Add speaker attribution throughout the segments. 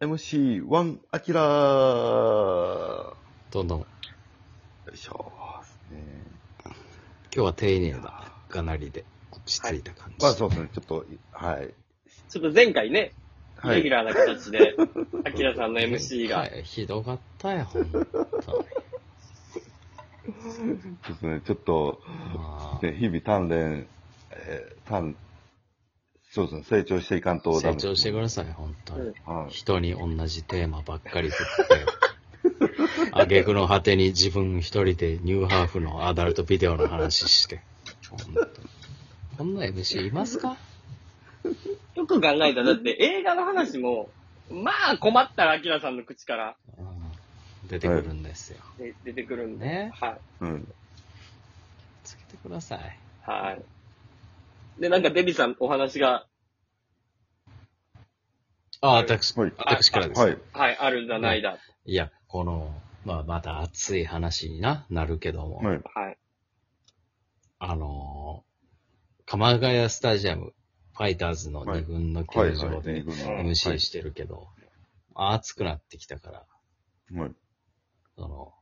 Speaker 1: 4MC1 アキラーよ
Speaker 2: どんどん。今
Speaker 1: いしょーね。
Speaker 2: 日は丁寧な、がなりで、落ち着いた感じ。
Speaker 1: まあそうですね、ちょっと、はい。
Speaker 3: ちょっと前回ね、
Speaker 1: は
Speaker 3: レギ
Speaker 1: い。
Speaker 3: ュラーな形 で、アキラさんの MC が
Speaker 2: は、いひどかったよ、ほんとに。
Speaker 1: そうですね、ちょっと、
Speaker 2: ま あ
Speaker 1: ね、日々鍛錬、えー、鍛、そうですね、成長していかんとダメで
Speaker 2: 成
Speaker 1: すね
Speaker 2: 長してください、ほんとに。
Speaker 1: はい。
Speaker 2: 人に同じテーマばっかり振って、 あげくの果てに自分一人でニューハーフのアダルトビデオの話して。ほんとにこんな MC いますか
Speaker 3: よく考えたら、だって映画の話も、まあ困ったらアキラさんの口から
Speaker 2: うん出てくるんですよ。
Speaker 3: で出てくるんで、
Speaker 2: ね
Speaker 3: はい。
Speaker 1: うん。
Speaker 2: つけてください。
Speaker 3: はい。で、なんかデビさんお話が、
Speaker 2: あ、私、
Speaker 1: はい
Speaker 2: 私からです。
Speaker 1: はい。
Speaker 3: はい、あるんじゃないだ。
Speaker 2: いや、この、まあ、また熱い話にな、なるけども、
Speaker 1: はい。
Speaker 3: はい。
Speaker 2: あのー、鎌ヶ谷スタジアム、ファイターズの
Speaker 1: はい
Speaker 2: 2軍の
Speaker 1: はい。
Speaker 2: 球場で
Speaker 3: はい
Speaker 2: MC してるけど、熱くなってきたから、
Speaker 1: はい。
Speaker 2: その、も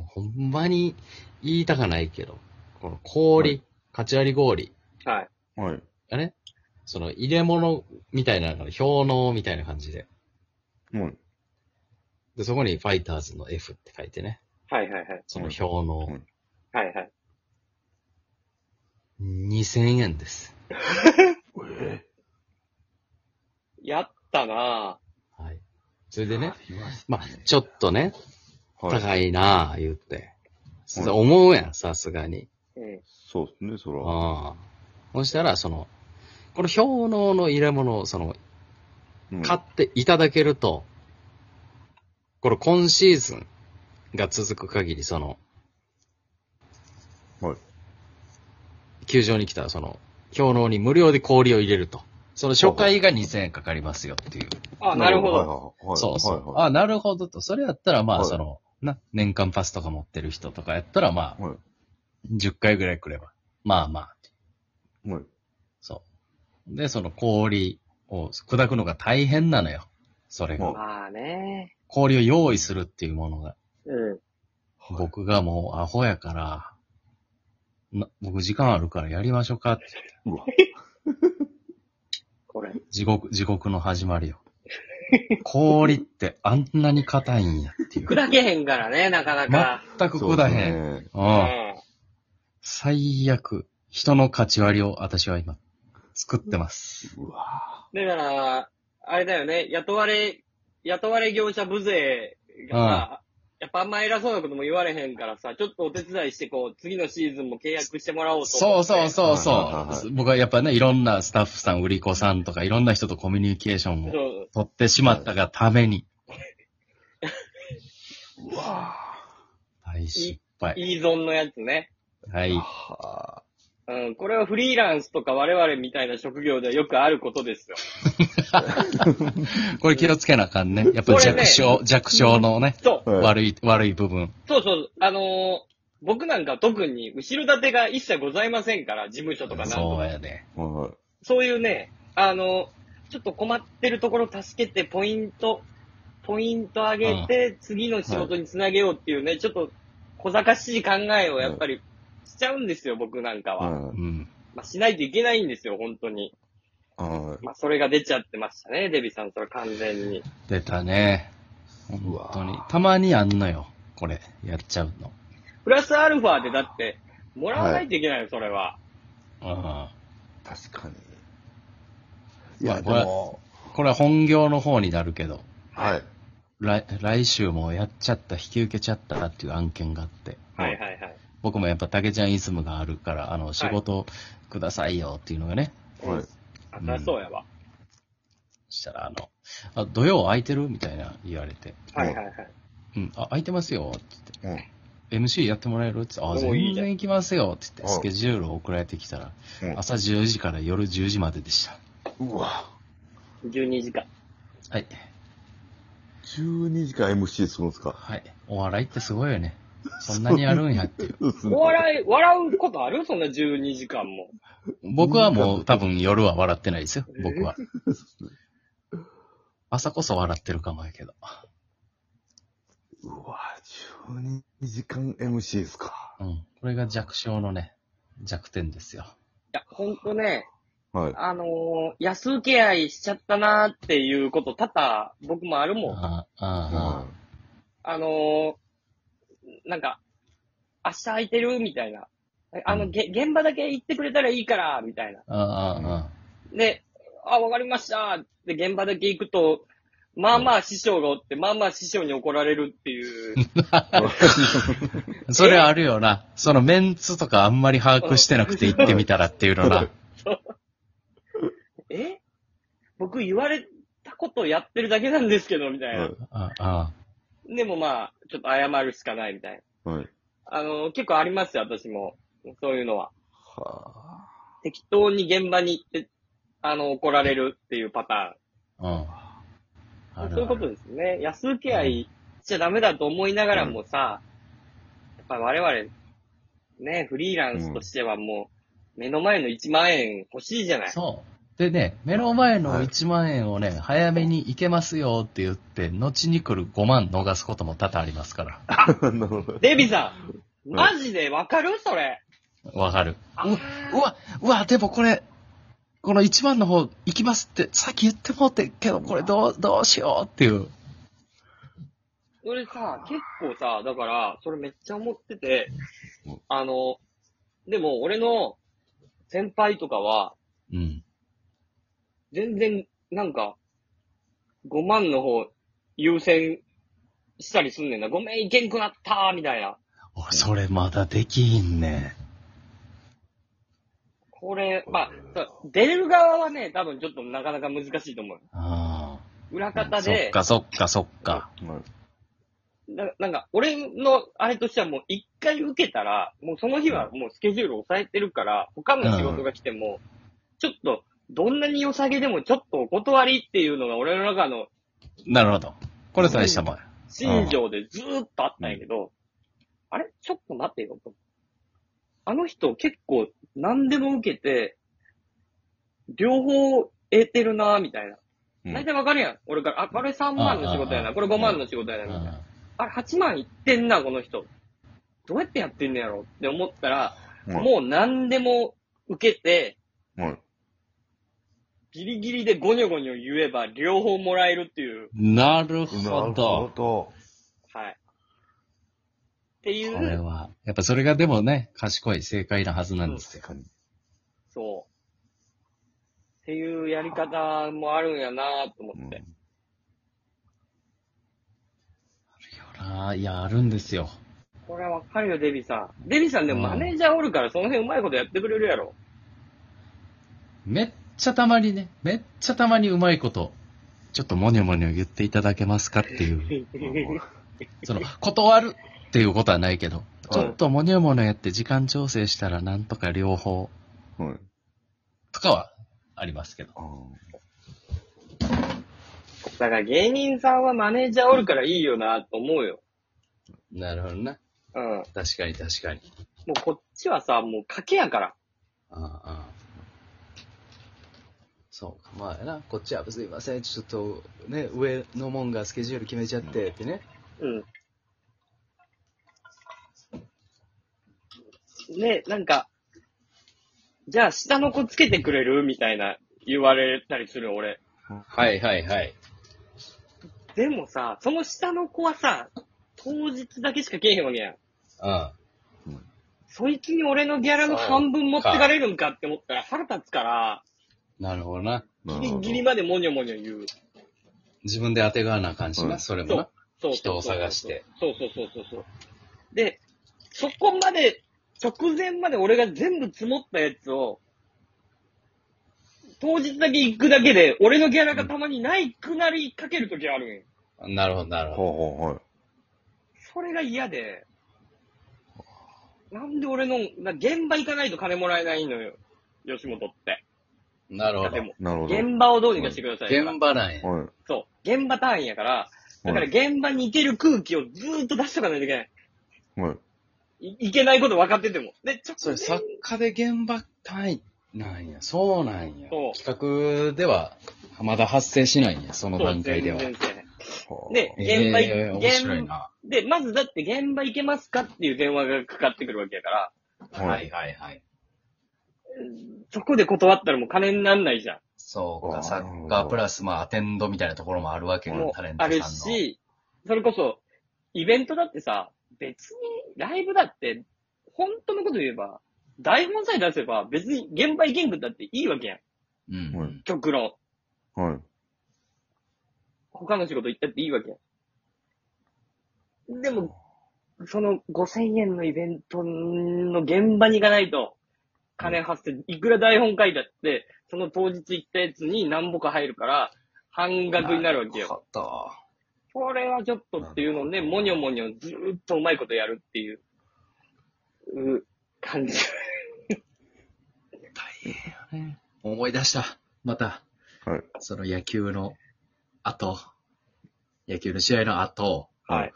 Speaker 2: うほんまに言いたかないけど、この氷、
Speaker 1: は
Speaker 2: カチ割り氷
Speaker 3: はい。
Speaker 1: はい。
Speaker 2: がね、その入れ物みたいなのが氷のみたいな感じで、
Speaker 1: はい。
Speaker 2: で、そこにファイターズの F って書いてね、
Speaker 3: はいはいはい。
Speaker 2: その氷の、
Speaker 1: はい
Speaker 3: はいはい。
Speaker 2: 2000円です。
Speaker 1: え
Speaker 3: やったな
Speaker 2: はい。それでね、
Speaker 1: ー、いました
Speaker 2: まあ、ちょっとね、
Speaker 1: はい。
Speaker 2: 高いなあ言って。そ
Speaker 1: はい
Speaker 2: 思うやん、さすがに。
Speaker 3: ぁ。うん。
Speaker 1: そうですね、それは。
Speaker 2: ああ。そしたら、その、この氷のの入れ物を、その、
Speaker 1: うん
Speaker 2: 買っていただけると、これ今シーズンが続く限り、その、
Speaker 1: はい。
Speaker 2: 球場に来たら、その、氷のに無料で氷を入れると。その初回が2000円かかりますよっていう。
Speaker 3: あ、なるほど。。
Speaker 1: はいはいはい
Speaker 2: そうそう。
Speaker 1: はい
Speaker 2: あ、なるほどと。それやったら、ま
Speaker 1: は
Speaker 2: あ、
Speaker 1: い
Speaker 2: その、な、年間パスとか持ってる人とかやったら、まあ、
Speaker 1: はい。
Speaker 2: 10回ぐらい来れば。まあまあ。
Speaker 1: はい。
Speaker 2: そう。で、その氷を砕くのが大変なのよ。それが。
Speaker 1: はい
Speaker 3: まあね
Speaker 2: 氷を用意するっていうものが。
Speaker 3: うん。
Speaker 1: はい。
Speaker 2: 僕がもうアホやから、な僕時間あるからやりましょうかって。
Speaker 1: うわ。
Speaker 3: これ。
Speaker 2: 地獄、地獄の始ま りよ。氷ってあんなに硬いんやっていう。
Speaker 3: 砕けへんからね、なかなか。
Speaker 2: 全く砕へん。
Speaker 1: そうですね
Speaker 2: うん。
Speaker 3: うん
Speaker 2: 最悪、人の勝ち割りを私は今、作ってます。
Speaker 1: うわ
Speaker 3: だから、あれだよね、雇われ、雇われ業者無勢がさ、やっぱあんま偉そうなことも言われへんからさ、ちょっとお手伝いしてこう、次のシーズンも契約してもらおうと
Speaker 2: そうそう
Speaker 3: う。
Speaker 2: そう
Speaker 1: はいはいはい
Speaker 2: そう。僕はやっぱね、いろんなスタッフさん、売り子さんとか、いろんな人とコミュニケーション
Speaker 3: そ
Speaker 2: を
Speaker 3: う
Speaker 2: 取ってしまったがために、
Speaker 1: うわ
Speaker 2: 大失敗。
Speaker 3: いい損のやつね。
Speaker 2: はい。
Speaker 1: は
Speaker 3: うん、これはフリーランスとか我々みたいな職業ではよくあることですよ。
Speaker 2: これ気をつけなあかんね。やっぱ
Speaker 3: これね
Speaker 2: 弱小、弱小のね、
Speaker 3: そう、
Speaker 1: はい
Speaker 2: 悪い、悪い部分。
Speaker 3: そうそう、あのー僕なんか特に後ろ盾が一切ございませんから、事務所とかなんとか。
Speaker 2: そうやで。
Speaker 1: い。はい。
Speaker 3: そういうね、あの、ちょっと困ってるところ助けて、ポイント、ポイント上げて、次の仕事につなげようっていうね、ちょっと小賢しい考えをやっぱりしちゃうんですよ、僕なんかは。
Speaker 2: う
Speaker 1: は
Speaker 2: ん。
Speaker 3: まあ、しないといけないんですよ、本当に。
Speaker 1: い。は
Speaker 3: まあ、それが出ちゃってましたね、デビさん、それ完全に。
Speaker 2: 出たね。
Speaker 1: う
Speaker 2: 本
Speaker 1: わ
Speaker 2: 当に。たまにあんのよ。これ、やっちゃうの。
Speaker 3: プラスアルファでだって、もらわないといけないよ、それは。
Speaker 2: うん。
Speaker 1: い確かに。い
Speaker 2: まあ
Speaker 1: や、でも、
Speaker 2: これは本業の方になるけど。
Speaker 1: はい。
Speaker 2: 来来週もやっちゃった、引き受けちゃったっていう案件があって、
Speaker 3: はいはいはい。
Speaker 2: 僕もやっぱ竹ちゃんイズムがあるから、あの、仕事くださいよっていうのがね、
Speaker 1: はい。
Speaker 3: あ、そりゃそうやわ。
Speaker 2: そしたらあの、あ土曜空いてるみたいな言われて、
Speaker 3: はいはいはい。
Speaker 2: うん、あ、空いてますよって
Speaker 1: うん。うん。
Speaker 2: 言って、MC やってもらえるって言って、あ、
Speaker 3: おーい
Speaker 2: 全
Speaker 3: いじゃん
Speaker 2: 然行きますよって言っ
Speaker 1: うん
Speaker 2: て、スケジュールを送られてきたら、
Speaker 1: うん
Speaker 2: 朝10時から夜10時まででした。
Speaker 1: うわ
Speaker 3: 12時間。
Speaker 2: はい。
Speaker 1: 12時間 MC するんですか
Speaker 2: はい。お笑いってすごいよね。そんなにやるんやっていう。
Speaker 1: そうですね
Speaker 3: お笑い、笑うことあるそんな12時間も。
Speaker 2: 僕はもう多分夜は笑ってないですよ、僕は。朝こそ笑ってるかもやけど。
Speaker 1: うわ、12時間 MC ですか。
Speaker 2: うん。これが弱小のね、弱点ですよ。
Speaker 3: や、ほんとね、
Speaker 1: はい。
Speaker 3: あのー安請け合いしちゃったなーっていうこと多々僕もあるもん。
Speaker 2: ああ、ああ、
Speaker 1: は
Speaker 3: あのーなんか、明日空いてるみたいな。あ
Speaker 2: う
Speaker 3: の、
Speaker 2: ん
Speaker 3: げ現場だけ行ってくれたらいいから、みたいな。
Speaker 2: ああ、
Speaker 3: で、あ、わかりましたで、現場だけ行くと、まあまあ師匠がおって、まあまあ師匠に怒られるっ ていう。
Speaker 2: ああ。それあるよな。そのメンツとかあんまり把握してなくて行ってみたらっていうのな。
Speaker 3: え僕言われたことやってるだけなんですけど、みたいな。
Speaker 2: ああ、
Speaker 3: でもまあ、ちょっと謝るしかないみたいな。
Speaker 1: い。はい。
Speaker 3: あの、結構ありますよ、私も。そういうのは。
Speaker 1: は
Speaker 3: 適当に現場に行って、あの、怒られるっていうパタ
Speaker 2: うん。ある
Speaker 3: ー
Speaker 2: あ
Speaker 3: ン。
Speaker 2: る
Speaker 3: そういうことですね。安請け合いしちゃダメだと思いながらもさ、やっぱ我々、ね、フリーランスとしてはもう、目の前の1万円欲しいじゃない。
Speaker 2: そう。でね、目の前の1万円をね、早めに行けますよって言って、後に来る5万逃すことも多々ありますから。
Speaker 1: あ。なるほど。
Speaker 3: デビさん、マジでわかるそれ。
Speaker 2: わかる。うわ、うわ、でもこれ、この1万の方行きますって、さっき言ってもうてんけど、これどう、どうしようっていう。
Speaker 3: 俺さ、結構さ、だから、それめっちゃ思ってて
Speaker 1: うん、
Speaker 3: あの、でも俺の先輩とかは、
Speaker 2: うん。
Speaker 3: 全然、なんか、5万の方優先したりすんねんな。ごめん、いけんくなったみたいな。
Speaker 2: おそれまだできひんね。
Speaker 3: これ、まあ、そう出れる側はね、多分ちょっとなかなか難しいと思う。
Speaker 2: あ
Speaker 3: 裏
Speaker 2: あ。
Speaker 3: 方
Speaker 2: そっ
Speaker 3: で、
Speaker 2: かそっかそっか。
Speaker 1: はい
Speaker 3: ななんか、俺のあれとしてはもう一回受けたら、もうその日はもうスケジュール抑えてるから、他の仕事が来ても、ちょっと、どんなに良さげでもちょっとお断りっていうのが俺の中の
Speaker 2: なるほど。これ大したもんや。
Speaker 3: 新庄でずーっとあったんやけど、あれちょっと待ってよと。あの人結構何でも受けて、両方得てるなーみたいな。
Speaker 1: うん
Speaker 3: 大体わかるやん。俺から、あ、これ3万の仕事や
Speaker 2: う
Speaker 3: な。
Speaker 2: ん
Speaker 3: これ5万の仕事やな。みたいな。あれ8万いってんな、この人。どうやってやってんのやろって思ったら、
Speaker 1: はい。
Speaker 3: もう何でも受けて、
Speaker 1: はい。
Speaker 3: ギリギリでゴニョゴニョ言えば両方もらえるっていう、
Speaker 2: なる
Speaker 1: な
Speaker 2: ほ
Speaker 1: る
Speaker 2: ど
Speaker 1: ほ。ど。
Speaker 3: はい。ってい
Speaker 2: これ
Speaker 3: う、
Speaker 2: は、やっぱそれがでもね、賢い正解なはずなんですよ
Speaker 1: 確。かに。
Speaker 3: そう。っていうやり方もあるんやなと思
Speaker 1: う
Speaker 3: っ
Speaker 1: ん
Speaker 3: て。
Speaker 2: ああ、いや、あるんですよ。
Speaker 3: これはわかるよ、デビさん。デビさんでもマネージャーおるから、その辺うまいことやってくれるやろ。
Speaker 2: めっちゃたまにね、めっちゃたまにうまいこと、ちょっともにょもにょ言っていただけますかっていう、その、断るっていうことはないけど、ちょっともにょもにょやって時間調整したらなんとか両方
Speaker 1: はい。
Speaker 2: とかはありますけど。
Speaker 1: あ
Speaker 3: だから芸人さんはマネージャーおるからいいよなと思うよ。
Speaker 2: なるほどな。
Speaker 3: うん。
Speaker 2: 確かに確かに。
Speaker 3: もうこっちはさ、もう賭けやから。
Speaker 2: ああ、ああ。そうか、まあやな、こっちはすいません、ちょっとね、上のもんがスケジュール決めちゃってってね。
Speaker 3: うん。ね、なんか、じゃあ下の子つけてくれるみたいな言われたりする俺。
Speaker 2: はいはいはい。
Speaker 3: でもさ、その下の子はさ、当日だけしかけえへんわけやん。
Speaker 2: うん。
Speaker 3: そいつに俺のギャラの半分持ってかれるんかって思ったら腹立つから、
Speaker 2: なるほどな。
Speaker 1: あ。なる
Speaker 3: ギリ
Speaker 1: ほど
Speaker 3: ギリまでもにょもにょ言う。
Speaker 2: 自分で当てがわなあかんしな、
Speaker 1: うん
Speaker 2: それもな。
Speaker 3: そうそうそうそう
Speaker 2: 人を探して。
Speaker 3: そうそうそうそうそう。で、そこまで、直前まで俺が全部積もったやつを、当日だけ行くだけで、俺のギャラがたまにないくなりかけるときあるんよ。
Speaker 2: なるほど、なるほど。
Speaker 1: ほうほうはい。
Speaker 3: それが嫌で、なんで俺の、な現場行かないと金もらえないのよ。吉本って。
Speaker 2: なるほ
Speaker 3: で
Speaker 2: ど
Speaker 3: も。、
Speaker 1: なるほど。
Speaker 3: 現場をどうにかしてください。
Speaker 2: 現場なんや。
Speaker 1: はい。
Speaker 3: そう。現場単位やから、だか
Speaker 1: は
Speaker 3: ら
Speaker 1: い。
Speaker 3: 現場に行ける空気をずーっと出しとかないといけない。
Speaker 1: はい。
Speaker 3: いいけないこと分かってても。で、ちょっ
Speaker 2: そ
Speaker 3: と
Speaker 2: れ、作家で現場単位なんや。そうなんや
Speaker 3: そう。
Speaker 2: 企画ではまだ発生しないね、その段階では。
Speaker 3: 全然せえへん
Speaker 1: はあ
Speaker 3: で
Speaker 2: ええ
Speaker 3: 全然現場
Speaker 2: 面白いな。
Speaker 3: で、まずだって現場行けますかっていう電話がかかってくるわけやから、
Speaker 1: はい
Speaker 2: はいはいはい。
Speaker 3: そこで断ったらもう金になんないじゃ
Speaker 2: そう
Speaker 1: あ
Speaker 2: か、
Speaker 1: ー
Speaker 2: サッカープラス、まあ、アテンドみたいなところもあるわけ
Speaker 3: ん。
Speaker 2: よ
Speaker 3: も、
Speaker 2: タレン
Speaker 3: う
Speaker 2: ト
Speaker 3: あ
Speaker 2: さんの。
Speaker 3: るし、それこそ、イベントだってさ、別にライブだって、本当のこと言えば、台本さえ出せば別に現場行けんくったっていいわけやん。
Speaker 2: うんう
Speaker 1: は
Speaker 2: ん。
Speaker 3: 極論。
Speaker 1: はい。
Speaker 3: 他の仕事行ったっていいわけやん。でも、その5000円のイベントの現場に行かないと、金発生、いくら台本書いたって、その当日行ったやつに何ぼか入るから、半額になるわけ
Speaker 2: な
Speaker 3: よ。
Speaker 2: るほど
Speaker 3: これはちょっとっていうので、
Speaker 1: なるほ
Speaker 3: も
Speaker 1: ど
Speaker 3: にょもにょずーっとうまいことやるっていう、う感じ。
Speaker 2: 大変やね。思い出した。また、
Speaker 1: はい。
Speaker 2: その野球の後、野球の試合の後、
Speaker 1: はい。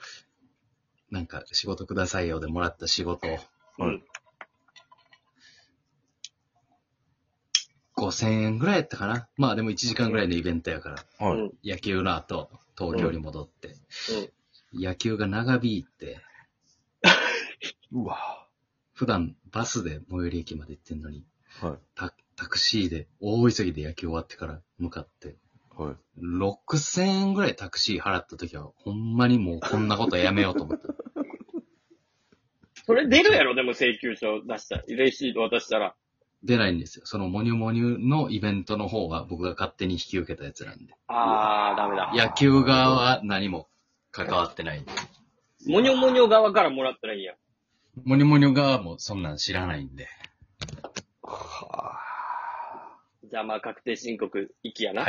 Speaker 2: なんか仕事くださいよでもらった仕事、
Speaker 1: はい。
Speaker 2: 5000円ぐらいやったかな。まあでも1時間ぐらいのイベントやから、
Speaker 1: は
Speaker 3: う
Speaker 1: い。
Speaker 3: ん
Speaker 2: 野球の後、東京に戻って、野球が長引いて、
Speaker 1: うわ
Speaker 2: 普段バスで最寄り駅まで行ってんのに、
Speaker 1: は
Speaker 2: タタクシーで大急ぎで野球終わってから向かって、
Speaker 1: い。はい。
Speaker 2: 6000円ぐらいタクシー払った時は、ほんまにもうこんなことやめようと思 った。
Speaker 3: それ出るやろ、でも請求書出したら。レシート渡したら。
Speaker 2: 出ないんですよ。そのモニュモニュのイベントの方は僕が勝手に引き受けたやつなんで。
Speaker 3: あー、ダメだ。
Speaker 2: 野球側は何も関わってないんで。
Speaker 3: もにょもにょ側からもらったらいいやん。
Speaker 2: モニュモニュ側もそんなん知らないんで。
Speaker 1: はあ。
Speaker 3: じゃあまあ確定申告、行きやな。